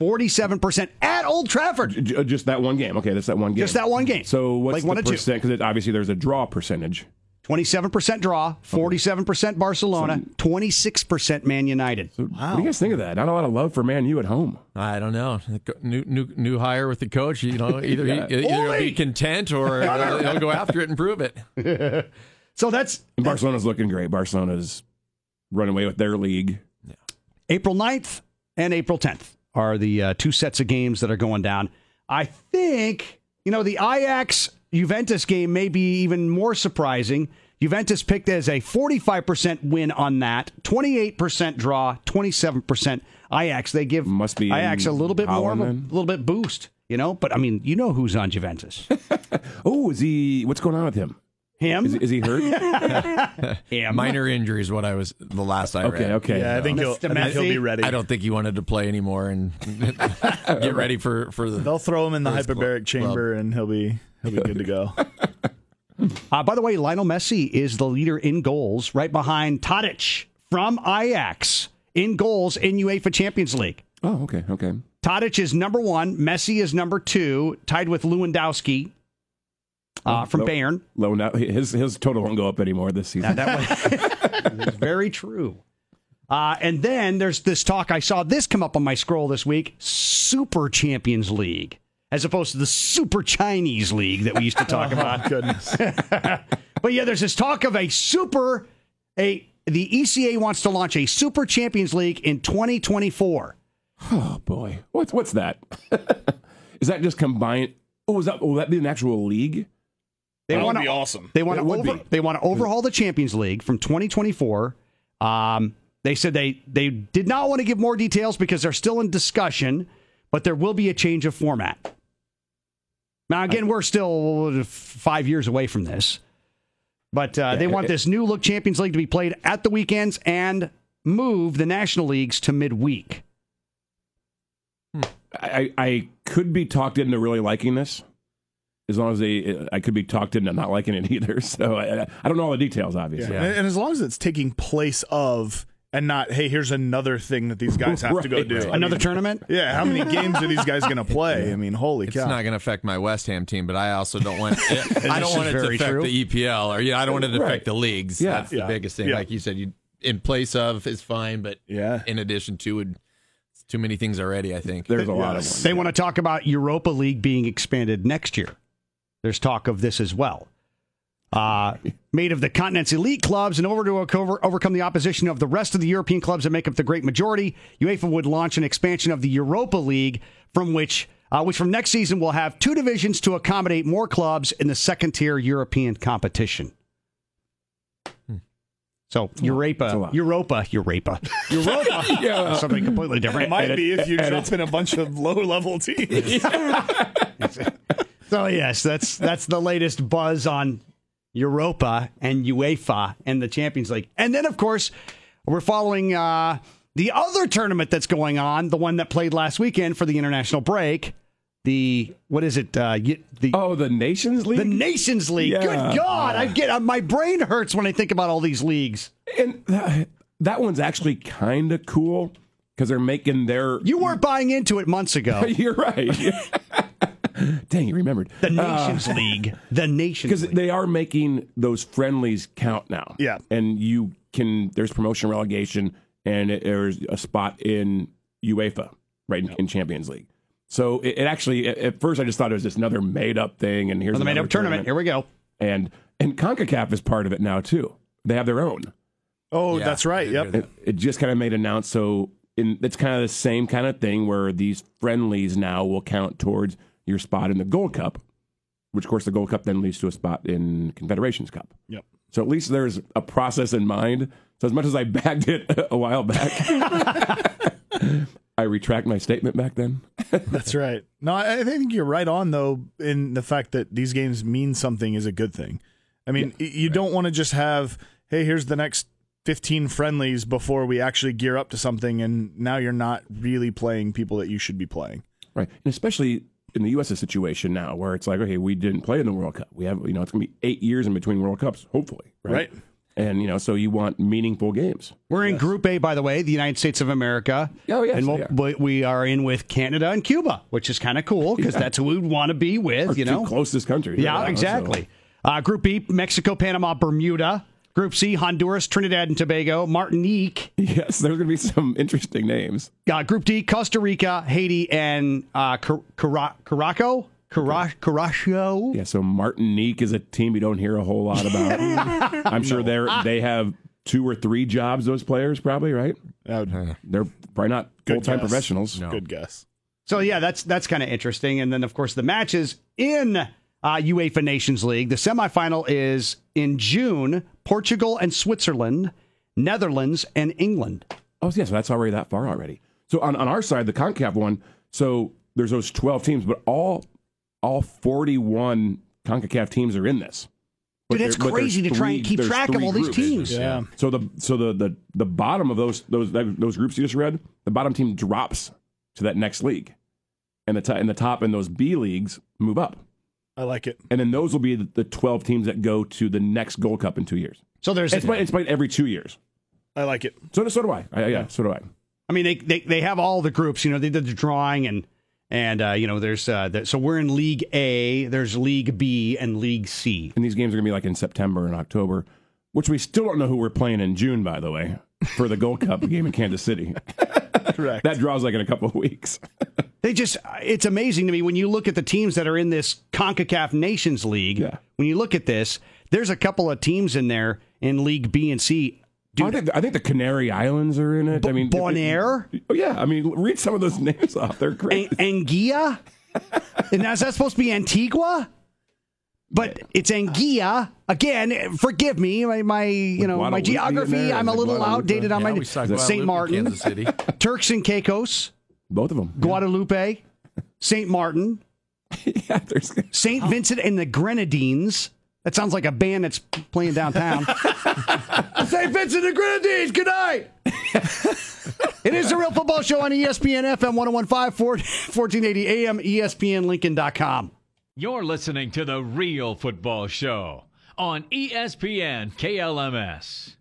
S3: 47% at Old Trafford.
S4: J- uh, Just that one game. Okay, that's that one game.
S3: Just that one game.
S4: So what's
S3: Like
S4: the
S3: one or two.
S4: percent? Because obviously there's a draw percentage.
S3: 27% draw, 47% Barcelona, 26% Man United.
S4: What do you guys think of that? Not a lot of love for Man U at home.
S6: I don't know. The co- New new new hire with the coach. You know, either he, either he'll
S3: Ole!
S6: be content or uh, he'll go after it and prove it.
S3: So that's
S4: And Barcelona's looking great. Barcelona's run away with their league.
S3: April 9th and April 10th are the uh, two sets of games that are going down. I think, you know, the Ajax Juventus game may be even more surprising. Juventus picked as a 45% win on that, 28% draw, 27% Ajax. They give
S4: Must be
S3: Ajax a
S4: in
S3: little bit
S4: Holland,
S3: more of a
S4: then?
S3: little bit boost, you know? But I mean, you know who's on Juventus.
S4: Oh, is he? What's going on with him?
S3: Him,
S4: Is, is he hurt?
S3: him.
S6: Minor injury is what I was the last I
S4: okay,
S6: read.
S4: okay.
S5: Yeah, I think he'll, I
S3: Mr.
S5: think he'll
S3: Messi?
S5: be ready.
S6: I don't think he wanted to play anymore and get ready for for the.
S5: They'll throw him in the
S6: Those club-
S5: hyperbaric chamber and he'll be he'll be good to go.
S3: Uh, by the way, Lionel Messi is the leader in goals, right behind Tadic from Ajax in goals in UEFA Champions League.
S4: Oh, okay, okay.
S3: Tadic is number one. Messi is number two, tied with Lewandowski uh, from
S4: Nope.
S3: Bayern.
S4: Low now. His his total won't go up anymore this season.
S3: It's very true. Uh, and then there's this talk. I saw this come up on my scroll this week Super Champions League, as opposed to the Super Chinese League that we used to talk about.
S5: Goodness.
S3: But yeah, there's this talk of a super a the ECA wants to launch a Super Champions League in 2024.
S4: Oh boy, what's what's that? is that just combined? Oh, is that will that be an actual league?
S3: They want to
S5: awesome.
S3: they want
S4: It
S3: to
S4: would
S3: over,
S4: be.
S3: they want to overhaul the Champions League from 2024. Um, they said they they did not want to give more details because they're still in discussion, but there will be a change of format. Now again, we're still five years away from this, but uh, they want this new look Champions League to be played at the weekends and move the national leagues to midweek.
S4: I I I could be talked into really liking this. As long as they, uh, I could be talked into not liking it either. So I, I don't know all the details, obviously.
S5: And, and as long as it's taking place of and not, hey, here's another thing that these guys have to go
S4: Right,
S5: do.
S4: right.
S5: I mean,
S3: Another tournament.
S5: yeah, how many games are these guys going to play? I mean, holy
S6: It's
S5: cow.
S6: not going to affect my West Ham team, but I also don't want. I
S3: This
S6: don't
S3: is
S6: want it to
S3: very
S6: affect
S3: true.
S6: the EPL or yeah, I don't want it to
S4: Right.
S6: affect the leagues.
S4: Yeah,
S6: That's
S5: yeah,
S6: the biggest thing.
S5: yeah.
S6: Like you said, you in place of is fine, but
S5: Yeah.
S6: in addition to would it's too many things already. I think.
S4: There's a lot of
S3: They
S4: them.
S3: want to talk about Europa League being expanded next year. There's talk of this as well. Uh, made of the continent's elite clubs, in order to over- overcome the opposition of the rest of the European clubs that make up the great majority, UEFA would launch an expansion of the Europa League, from which uh, which from next season will have two divisions to accommodate more clubs in the second tier European competition. So
S4: Hmm. That's a
S3: Europa,
S4: lot.
S3: Europa, Europa, Europa.
S4: Yeah.
S3: Something completely different.
S5: It might
S3: And
S5: be if you drop in a bunch of low level teams.
S3: So yes, that's that's the latest buzz on Europa and UEFA and the Champions League. And then of course, we're following uh, the other tournament that's going on, the one that played last weekend for the international break. The what is it? Uh, y- the
S4: Oh, the Nations League?
S3: the Nations League.
S4: Yeah.
S3: Good God, I get uh, my brain hurts when I think about all these leagues.
S4: and that, that one's actually kind of cool because they're making their.
S3: You weren't buying into it months ago.
S4: You're right. Dang, you remembered. Uh,
S3: The Nations League. The Nations
S4: Because
S3: League.
S4: they are making those friendlies count now.
S5: Yeah.
S4: And you can, there's promotion relegation and it, there's a spot in UEFA, right, in, in Champions League. So it, it actually, at, at first I just thought it was just another made up thing and here's
S3: the made
S4: another
S3: up tournament. Here we go.
S4: And, and CONCACAF is part of it now too. They have their own.
S5: Oh,
S6: Yeah,
S5: that's
S6: I
S5: right.
S6: did
S5: Yep.
S6: hear that.
S4: It, it just kind of made announced. So in, it's kind of the same kind of thing where these friendlies now will count towards your spot in the Gold Cup, which of course the Gold Cup then leads to a spot in Confederations Cup.
S5: Yep.
S4: So at least there's a process in mind. So as much as I bagged it a while back, I retract my statement back then.
S5: That's right. No, I, I think you're right on though in the fact that these games mean something is a good thing. I mean, y you don't want to just have, hey, here's the next 15 friendlies before we actually gear up to something, and now you're not really playing people that you should be playing.
S4: Right. And especially in the U.S.'s situation now, where it's like, okay, we didn't play in the World Cup. We have, you know, it's going to be eight years in between World Cups, hopefully.
S5: Right.
S4: And, you know, so you want meaningful games.
S3: We're in Group A, by the way, the United States of America.
S4: Oh, yes,
S3: and we'll,
S4: we are.
S3: we- we are in with Canada and Cuba, which is kind of cool because that's who we'd want to be with,
S4: Our
S3: you
S4: two
S3: know.
S4: closest countries.
S3: Yeah,
S4: right now, so-
S3: exactly. Uh, group B: Mexico, Panama, Bermuda. Group C: Honduras, Trinidad and Tobago, Martinique.
S4: Yes, there's going to be some interesting names.
S3: Uh, group D: Costa Rica, Haiti, and uh, Car- Cara- Caraco. Cara- Caracho.
S4: Yeah, so Martinique is a team you don't hear a whole lot about. I'm sure they're they have two or three jobs. Those players probably right.
S5: That would-
S4: They're probably not
S5: Good
S4: full time
S5: guess.
S4: professionals.
S5: Good guess.
S3: So yeah, that's that's kind of interesting. And then of course the matches in uh, UEFA Nations League. The semifinal is in June. Portugal and Switzerland, Netherlands and England.
S4: Oh yeah, so that's already that far already. So on, on our side, the Concacaf one. So there's those 12 teams, but all all 41 Concacaf teams are in this. But
S3: Dude, it's
S4: there- but there's
S3: crazy to try and
S4: three-
S3: keep
S4: there's
S3: track of
S4: three
S3: all these
S4: groups.
S3: teams.
S5: Yeah.
S4: So the so the the the bottom of those those that- those groups you just read, the bottom team drops to that next league, and the to, and the top and those B leagues move up,
S5: I like it.
S4: and then those will be the, the twelve teams that go to the next Gold Cup in two years.
S3: So there's
S4: It's by, it's by every two years.
S5: I like it.
S4: So do- so do I. I yeah, so do I.
S3: I mean, they, they they have all the groups. You know, they did the drawing and and uh, you know, there's uh, the, so we're in League A. There's League B and League C.
S4: And these games are gonna be like in September and October, which we still don't know who we're playing in June, by the way, for the Gold Cup game in Kansas City.
S5: Correct.
S4: That draws like in a couple of weeks.
S3: They just it's amazing to me when you look at the teams that are in this CONCACAF Nations League.
S4: Yeah.
S3: When you look at this, there's a couple of teams in there in League B and C.
S4: I think, I think the Canary Islands are in it. I mean,
S3: Bonaire,
S4: Oh yeah, I mean, read some of those names off. They're
S3: An-
S4: great.
S3: Anguilla, and now is that supposed to be Antigua? But it's Anguilla again. Forgive me, my, my you know my
S4: Guadalupe in
S3: geography.
S4: there?
S3: I'm a
S4: Is it
S3: little
S4: Guadalupe?
S3: outdated on
S6: Yeah,
S3: my
S6: we saw
S3: Saint
S6: Guadalupe,
S3: Martin,
S6: Kansas City.
S3: Turks and Caicos,
S4: Both of them.
S3: Guadalupe, Saint Martin,
S4: yeah, there's
S3: Saint Vincent and the Grenadines. That sounds like a band that's playing downtown. Saint Vincent and the Grenadines. Good night. it is the Real Football Show on E ESPN FM 1015 1480 AM ESPNLincoln.com.
S1: You're listening to The Real Football Show on E ESPN KLMS.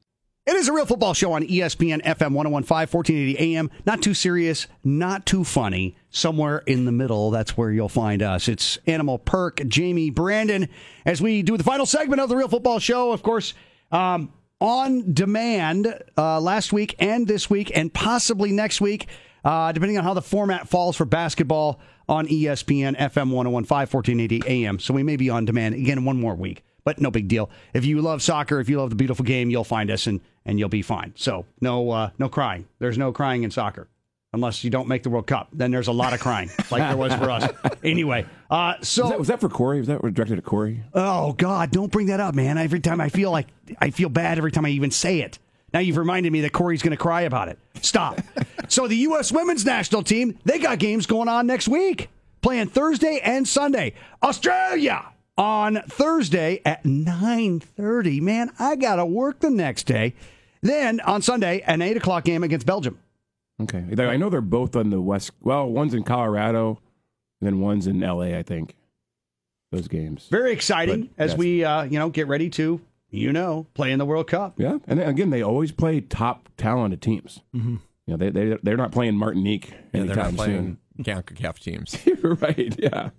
S3: It is a real football show on E ESPN FM 1015, 1480 AM. Not too serious, not too funny. Somewhere in the middle, that's where you'll find us. It's Animal Perk, Jamie Brandon, as we do the final segment of the real football show. Of course, um, on demand uh, last week and this week, and possibly next week, uh, depending on how the format falls for basketball on E ESPN FM 1015, 1480 AM. So we may be on demand again one more week but no big deal. If you love soccer, if you love the beautiful game, you'll find us and and you'll be fine. So no uh, no crying. There's no crying in soccer. unless you don't make the World Cup. Then there's a lot of crying, like there was for us. Anyway, uh, so
S4: Was that, was that for Corey? Was that directed at Corey?
S3: Oh God, don't bring that up, man. Every time I feel like I feel bad every time I even say it. Now you've reminded me that Corey's going to cry about it. Stop. so the U.S. women's national team, they got games going on next week, playing Thursday and Sunday. Australia on Thursday at 9:30. Man, I got to work the next day. Then on Sunday, an eight o'clock game against Belgium.
S4: Okay. They- I know they're both on the west. Well, one's in Colorado, and then one's in L.A. I think. Those games.
S3: Very exciting
S4: But
S3: as
S4: yes.
S3: we, uh, you know, get ready to, you know, play in the World Cup.
S4: Yeah, and then, again, they always play top talented teams. Mm-hmm. You know, they they they're not playing Martinique
S6: And they're not
S4: anytime
S6: playing CONCACAF teams.
S4: soon. right? Yeah.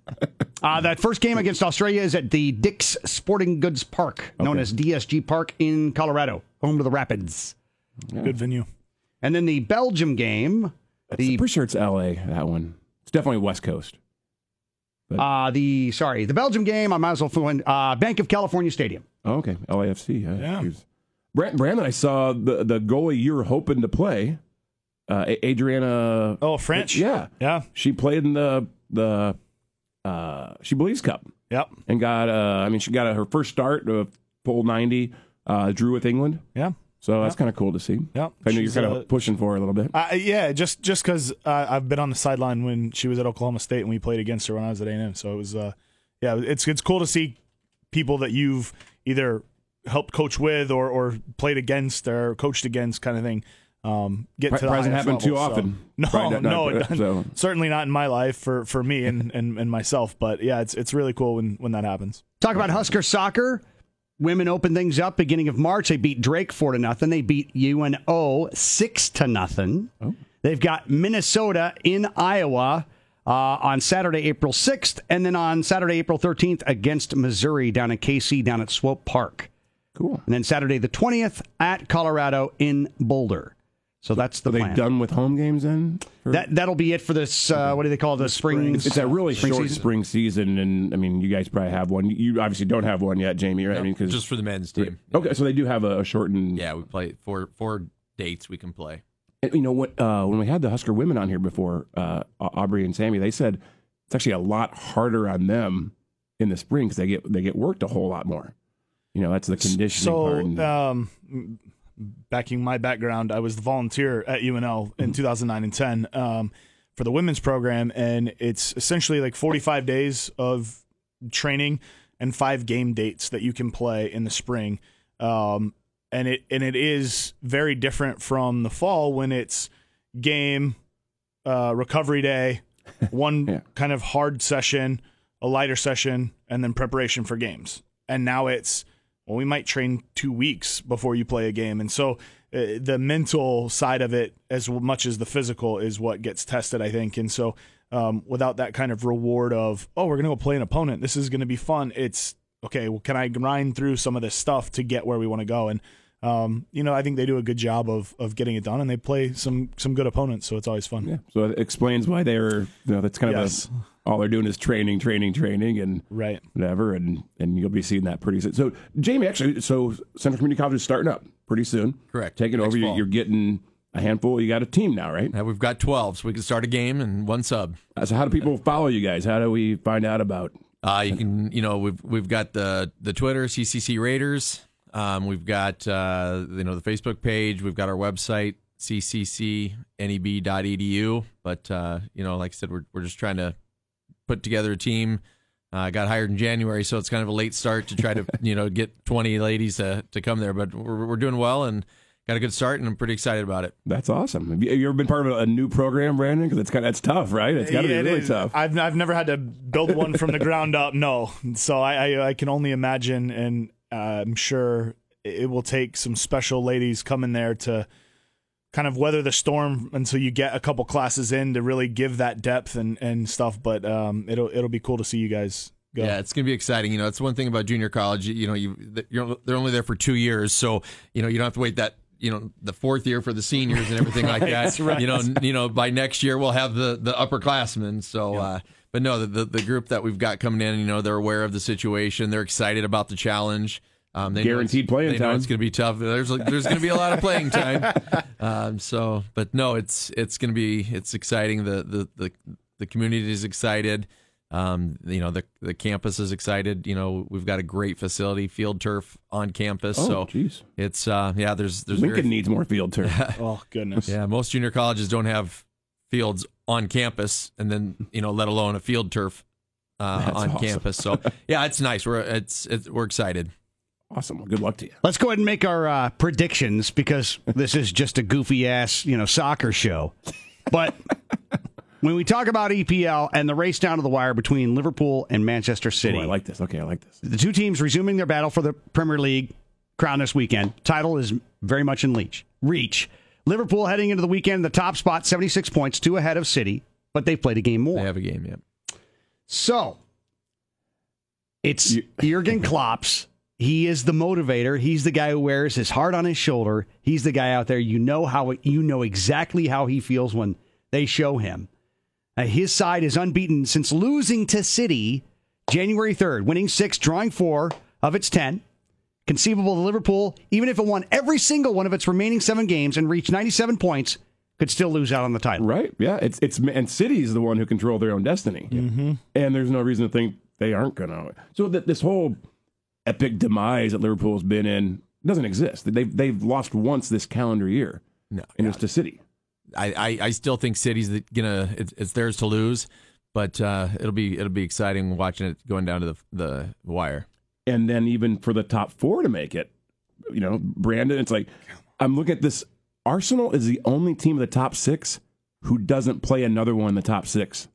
S3: Uh, that first game against Australia is at the Dick's Sporting Goods Park, known as DSG Park in Colorado, home to the Rapids.
S5: Good venue.
S3: And then the Belgium game,
S4: I'm
S3: the
S4: pretty sure it's L.A. That one. It's definitely West Coast.
S3: uh, the sorry, the Belgium game. I might as well find uh, Bank of California Stadium.
S4: Oh, okay, LAFC. Yeah.
S5: Yeah.
S4: Jeez. Brand- Brandon, I saw the the goalie you were hoping to play, uh, A- Adriana.
S5: Oh, French.
S4: Yeah,
S5: Yeah.
S4: she played in the the uh, she believes cup.
S5: Yep.
S4: and got uh, I mean she got uh, her first start of pole 90 uh, drew with England
S5: Yeah.
S4: so that's kind of cool to see
S5: Yep.
S4: I know you're
S5: She's,
S4: kind of
S5: uh,
S4: pushing for her a little bit
S5: Uh, yeah, just just because uh, I've been on the sideline when she was at Oklahoma State and we played against her when I was at A and M. So it was, uh, yeah, it's it's cool to see people that you've either helped coach with or or played against or coached against, kind of thing. Um, get
S4: Pri-
S5: to the
S4: doesn't
S5: highest
S4: happen too
S5: level, so-
S4: often.
S5: No,
S4: Probably not- not-
S5: no, it doesn't.
S4: so.
S5: certainly not in my life for for me and, and and myself. But yeah, it's it's really cool when when that happens.
S3: Talk about Husker soccer. Women open things up beginning of March. They beat Drake four to nothing. They beat UNO six to nothing. They've got Minnesota in Iowa uh, on Saturday, April sixth, and then on Saturday, April thirteenth, against Missouri down in KC down at Swope Park,
S4: cool
S3: and then Saturday the twentieth at Colorado in Boulder. So that's the
S4: are they
S3: plan.
S4: done with home games then Or-
S3: That that'll be it for this. Uh, what do they call it? The spring.
S4: it's a really
S3: Spring
S4: short
S3: season?
S4: spring season and I mean you guys probably have one you obviously don't have one yet Jamie right I mean because
S6: Just for the men's team.
S4: okay so they do have a, a shortened
S6: Yeah, we play four four dates we can play.
S4: And, you know what? Uh, when we had the Husker women on here before, uh, Au- Aubrey and Sammy, they said it's actually a lot harder on them in the spring because they get they get worked a whole lot more. You know, that's the conditioning part.
S5: So,
S4: and-
S5: um, backing my background, I was the volunteer at UNL
S4: Mm-hmm.
S5: in 2009 and 10 um, for the women's program, and it's essentially like 45 days of training and five game dates that you can play in the spring. Um, and it and it is very different from the fall when it's game, uh, recovery day, one
S4: Yeah.
S5: kind of hard session, a lighter session, and then preparation for games. And now it's well, we might train two weeks before you play a game, and so uh, the mental side of it, as much as the physical, is what gets tested, I think. And so, um, without that kind of reward of oh, we're gonna go play an opponent, this is gonna be fun. It's okay. Well, can I grind through some of this stuff to get where we want to go? And um, you know, I think they do a good job of of getting it done, and they play some some good opponents, so it's always fun.
S4: yeah. So it explains why they're you know that's kind
S5: Yes.
S4: of a, all they're doing is training, training, training, and
S5: Right.
S4: whatever, and and you'll be seeing that pretty soon. So Jamie, actually, so Central Community College is starting up pretty soon.
S6: Correct.
S4: Taking
S6: Next
S4: over, you
S6: fall.
S4: you're getting a handful. You got a team now, right?
S6: Now we've got 12, so we can start a game and one sub.
S4: Uh, So how do people follow you guys? How do we find out about?
S6: Uh, you can, you know, we've we've got the the Twitter CCC Raiders. Um, we've got uh, you know the Facebook page. We've got our website E cccneb.edu. But uh, you know, like I said, we're we're just trying to put together a team. Uh, I got hired in January, so it's kind of a late start to try to you know get 20 ladies to to come there. But we're we're doing well and got a good start, and I'm pretty excited about it.
S4: That's awesome. Have you, have you ever been part of a, a new program, Brandon? Because it's kind of that's tough, right? It's got to
S5: Yeah, it
S4: be really
S5: is.
S4: tough.
S5: I've I've never had to build one from the ground up. No, so I I, I can only imagine, and uh, I'm sure it will take some special ladies coming there to kind of weather the storm until you get a couple classes in to really give that depth and and stuff. But um, it'll it'll be cool to see you guys go.
S6: Yeah, it's gonna be exciting. You know, it's one thing about junior college. You know, you th- you're they're only there for two years, so you know you don't have to wait that you know the fourth year for the seniors and everything like that. You know, n- you know by next year we'll have the the upperclassmen. So, uh, but no, the, the the group that we've got coming in, you know, they're aware of the situation. They're excited about the challenge. Um, they know it's-
S4: Guaranteed playing
S6: they know
S4: time.
S6: It's going to be tough. There's there's going to be a lot of playing time. Um, so, but no, it's it's going to be it's exciting. The the the the community is excited. Um, you know the the campus is excited. You know we've got a great facility, field turf on campus.
S4: Oh,
S6: so
S4: jeez.
S6: it's uh yeah. There's there's very
S4: Lincoln needs more field turf.
S5: Oh goodness.
S6: yeah, most junior colleges don't have fields on campus, and then you know, let alone a field turf uh,
S4: That's
S6: on
S4: awesome.
S6: campus. So yeah, it's nice. We're it's, it's we're excited.
S4: awesome. Well, good luck to you. Oh,
S3: Let's go ahead and make our uh, predictions because this is just a goofy ass, you know, soccer show. But when we talk about EPL and the race down to the wire between Liverpool and Manchester City,
S4: Oh, I like this. Okay, I like this.
S3: the two teams resuming their battle for the Premier League crown this weekend. Title is very much in reach. Reach. Liverpool heading into the weekend, the top spot, 76 points, two ahead of City, but they've played a game more.
S6: They have a game. Yeah,
S3: So it's
S4: You-
S3: Jurgen Klopp's. He is the motivator. He's the guy who wears his heart on his shoulder. He's the guy out there. You know how you know exactly how he feels when they show him. Uh, his side is unbeaten since losing to City January 3rd, winning 6, drawing 4 of its 10. Conceivable that Liverpool, even if it won every single one of its remaining 7 games and reached 97 points, could still lose out on the title.
S4: Right? Yeah. It's it's and City is the one who control their own destiny, and there's no reason to think they aren't gonna. So that this whole epic demise that Liverpool's been in doesn't exist. They've they've lost once this calendar year,
S6: no,
S4: and it's to City.
S6: I, I, I still think City's the- gonna it's, it's theirs to lose, but uh, it'll be it'll be exciting watching it going down to the the wire.
S4: and then even for the top four to make it, you know, Brandon, it's like I'm looking at this. Arsenal is the only team of the top six who doesn't play another one in the top six.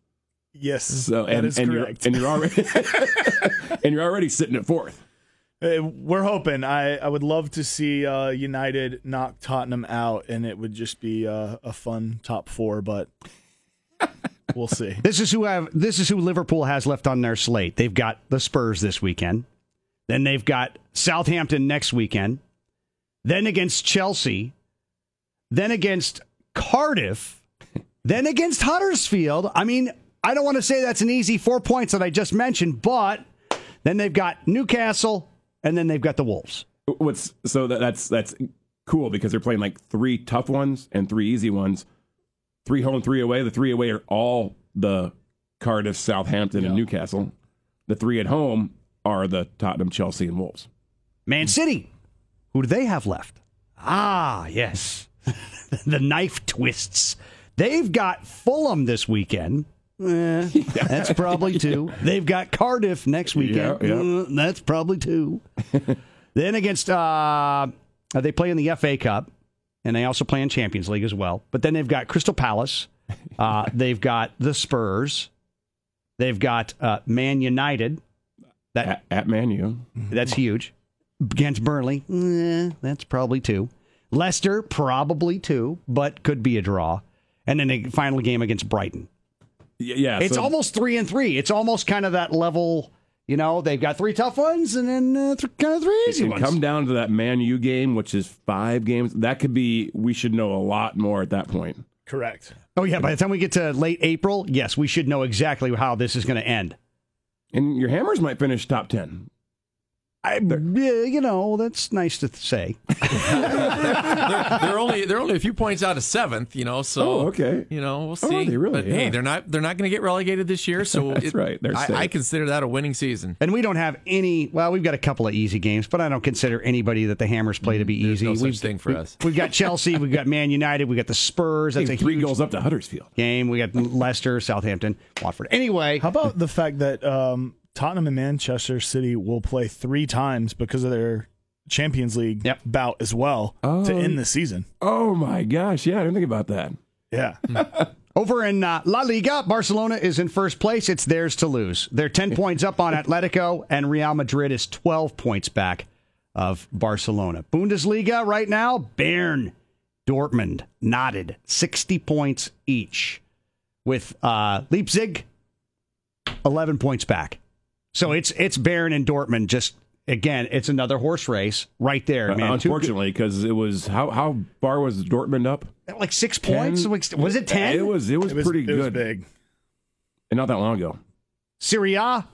S5: Yes.
S4: So and,
S5: that is
S4: and
S5: correct.
S4: you're and you're already and you're already sitting at fourth.
S5: Uh, We're hoping. I, I would love to see uh, United knock Tottenham out, and it would just be uh, a fun top four. But we'll see.
S3: This is who have this is who Liverpool has left on their slate. They've got the Spurs this weekend. Then they've got Southampton next weekend. Then against Chelsea. Then against Cardiff. Then against Huddersfield. I mean, I don't want to say that's an easy four points that I just mentioned, but then they've got Newcastle and then they've got the Wolves.
S4: What's so that, that's that's cool because they're playing like three tough ones and three easy ones, three home, three away. The three away are all the Cardiff, Southampton, and Newcastle. The three at home are the Tottenham, Chelsea, and Wolves.
S3: Man City. Who do they have left? Ah, yes. the knife twists. They've got Fulham this weekend. Eh, that's probably two. They've got Cardiff next weekend.
S4: Yeah, yeah.
S3: Mm, that's probably two. then against, uh, they play in the FA Cup, and they also play in Champions League as well. But then they've got Crystal Palace. Uh, they've got the Spurs. They've got uh, Man United. That
S4: at, at Man U.
S3: That's huge. Against Burnley, eh, that's probably two. Leicester, probably two, but could be a draw. And then a final game against Brighton.
S4: Y- Yeah,
S3: It's
S4: so-
S3: almost three and three. It's almost kind of that level. You know, they've got three tough ones and then uh, th- kind of three easy
S4: it
S3: ones.
S4: Come down to that Man U game, which is five games. That could be. We should know a lot more at that point.
S5: Correct.
S3: oh yeah, by the time we get to late April, yes, we should know exactly how this is going to end.
S4: And your Hammers might finish top ten.
S3: I, yeah, you know, that's nice to th- say.
S6: they're only they're only a few points out of seventh, you know. So
S4: Oh, okay.
S6: you know we'll see.
S4: Oh, are they really?
S6: But hey,
S4: Yeah.
S6: they're not they're not going to get relegated this year. So
S4: That's right. They're
S6: I,
S4: safe.
S6: I consider that a winning season.
S3: And we don't have any. Well, we've got a couple of easy games, but I don't consider anybody that the Hammers play to be
S6: Mm, There's
S3: easy.
S6: no such
S3: we've,
S6: thing for us.
S3: We've got Chelsea, we've got Man United, we've got the Spurs. That's a
S4: three
S3: huge
S4: goals up to Huddersfield.
S3: game. We got Leicester, Southampton, Watford. Anyway,
S5: How about the fact that um, Tottenham and Manchester City will play three times because of their Champions League
S3: Yep.
S5: bout as well to end the season?
S4: Oh my gosh! Yeah, I didn't think about that.
S5: Yeah.
S3: Hmm. over in uh, La Liga, Barcelona is in first place. It's theirs to lose. They're 10 points up on Atletico, and Real Madrid is 12 points back of Barcelona. Bundesliga right now, Bern, Dortmund, knotted, 60 points each, with uh, Leipzig 11 points back. So it's it's Bayern and Dortmund. Just again, it's another horse race right there, man. Two-
S4: Uh, Unfortunately, because it was how how far was Dortmund up?
S3: like six points?
S4: Ten?
S3: Like, Was it ten?
S4: It was it was,
S5: It was-
S4: pretty
S5: it was
S4: good,
S5: big.
S4: and not that long ago.
S3: Syria,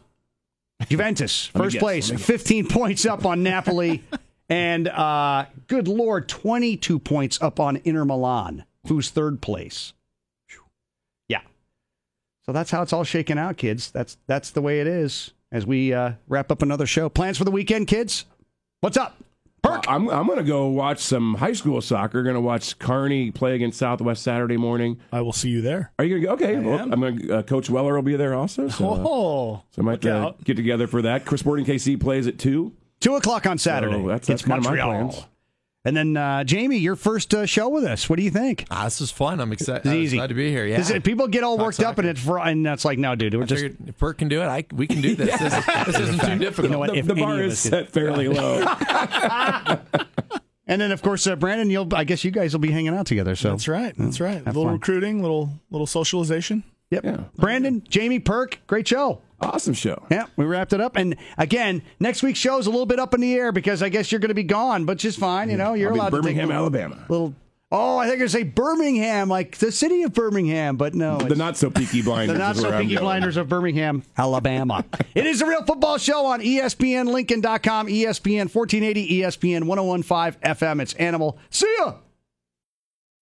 S3: Juventus,
S4: me
S3: first
S4: guess,
S3: place,
S4: let me
S3: 15 points up on Napoli, and uh, good lord, 22 points up on Inter Milan, who's third place. Yeah. So that's how it's all shaken out, kids. That's that's the way it is. As we uh, wrap up another show, plans for the weekend, kids. What's up? Perk.
S4: I'm I'm gonna go watch some high school soccer. Gonna watch Carney play against Southwest Saturday morning.
S5: I will see you there.
S4: Are you gonna go? Okay, well,
S5: am.
S4: I'm gonna. Uh, Coach Weller will be there also. So, uh,
S5: Oh,
S4: so I might
S5: look
S4: uh,
S5: out.
S4: get together for that. Chris Sporting KC plays at two.
S3: Two o'clock on Saturday.
S4: So Oh, that's that's
S3: It's
S4: kind of my
S3: Montreal.
S4: plans.
S3: And then uh, Jamie, your first uh, show with us. What do you think?
S6: Ah, this is fun. I'm excited.
S3: It's easy.
S6: Glad to be here. Yeah.
S3: Is it- people get all
S6: Talk
S3: worked up,
S6: soccer.
S3: and it's fr- and that's like, no, dude, we're
S6: I
S3: just
S6: figured if Bert can do it, I, we can do this. This, is, this isn't too difficult.
S3: you know what?
S4: The,
S3: if
S4: the
S3: any
S4: bar
S3: of
S4: is
S3: us could-
S4: set fairly low.
S3: And then, of course, uh, Brandon, you'll I guess you guys will be hanging out together. So
S5: that's right. That's right. A little
S3: Hmm. fun.
S5: recruiting, little little socialization.
S3: Yep.
S4: Yeah.
S3: Brandon, Jamie, Perk, great show.
S4: awesome show.
S3: Yeah, we wrapped it up. And again, next week's show is a little bit up in the air because I guess you're going to be gone, but just fine. You know, you're
S4: I'll be
S3: allowed
S4: Birmingham,
S3: to take
S4: Alabama.
S3: a little. Oh, I think I say Birmingham, like the city of Birmingham, but no,
S4: The
S3: it's-
S4: not so peaky blinders.
S3: The not
S4: is where
S3: so
S4: I'm
S3: pinky
S4: going.
S3: blinders of Birmingham, Alabama. it is the Real Football Show on E oh ESPNLincoln.com, ESPN 1480, ESPN 1015 FM. It's Animal. See ya!